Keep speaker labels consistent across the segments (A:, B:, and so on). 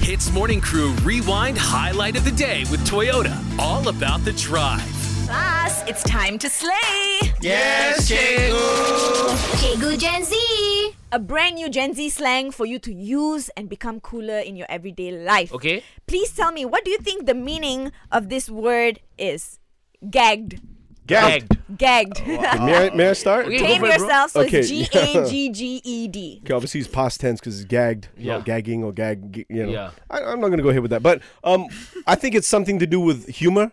A: Hits Morning Crew Rewind Highlight of the Day with Toyota. All about the drive.
B: Class, it's time to slay!
C: Yes,
D: Cikgu Gen Z.
B: A brand new Gen Z slang for you to use and become cooler in your everyday life.
C: Okay.
B: Please tell me, what do you think the meaning of this word is? Gagged.
C: Gagged.
B: Gagged.
E: May I, may I start?
C: Okay.
B: Tame
C: Oh, Go for it, bro.
B: yourself, so it's G
E: Okay.
B: A G G E D.
E: Okay, obviously it's past tense because it's gagged, yeah.
C: Yeah.
E: gagging or gag. g- You know, Uh,
C: Yeah.
E: I, I'm not gonna go ahead with that, but um, I think it's something to do with humor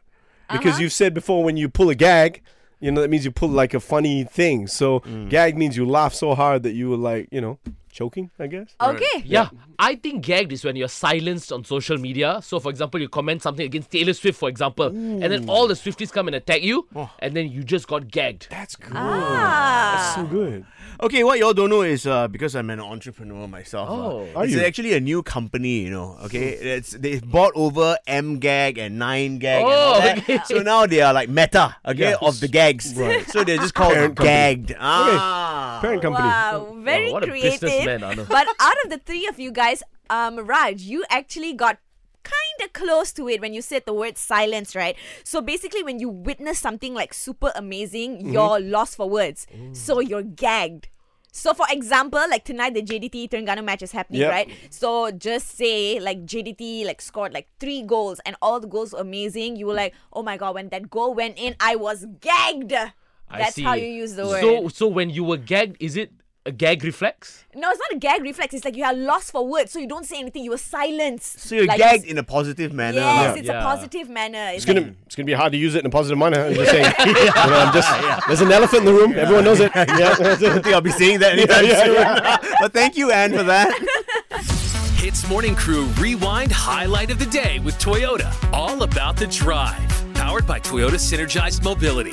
E: because
B: Uh-huh.
E: you've said before when you pull a gag, you know that means you pull like a funny thing. So gag means you laugh so hard that you were like, you know, choking. I guess.
B: Okay.
C: Yeah. I think gagged is when you're silenced on social media. So, for example, you comment something against Taylor Swift, for example, and then all the Swifties come and attack you,
E: Oh.
C: and then you just got gagged.
E: That's good.
B: Ah.
E: So good.
F: Okay, what y'all don't know is uh, because I'm an entrepreneur myself.
C: Oh.
F: uh,
E: Are
F: it's
E: you?
F: actually a new company, you know. Okay, it's they bought over M Gag and Nine Gag. and all
C: Oh,
F: that.
C: okay.
F: So now they are like meta, okay,
E: Yeah.
F: of the gags.
E: Right.
F: So they're just called
E: Parent company.
F: gagged. Ah.
E: Parent company.
B: Wow, very
C: Oh, what a businessman,
B: creative.
C: Arnold.
B: but out of the three of you guys, um, Raj, you actually got kind of close to it when you said the word silence, right? So basically, when you witness something like super amazing,
E: Mm-hmm.
B: you're lost for words. So you're gagged. So for example, like tonight the JDT Terengganu match is happening,
E: Yep.
B: right? So just say like JDT like scored like three goals and all the goals were amazing. You were like, oh my god, when that goal went in, I was gagged.
C: I
B: That's
C: see.
B: how you use the word.
C: So, so when you were gagged, is it a gag reflex?
B: No, it's not a gag reflex. It's like you are lost for words, so you don't say anything. You were silenced.
F: So you're
B: Like
F: gagged
B: you
F: in a positive
B: s-
F: manner.
B: Yes,
F: lah.
B: it's
C: Yeah.
B: a positive manner. It's
E: It's gonna it's gonna be hard to use it in a positive manner. I'm just saying. You know, I'm just- There's an elephant in the room. Everyone knows it.
F: I don't think I'll be saying that anytime soon. but thank you, Anne, for that.
A: Hits Morning Crew Rewind Highlight of the Day with Toyota. All about the drive. Powered by Toyota Synergized Mobility.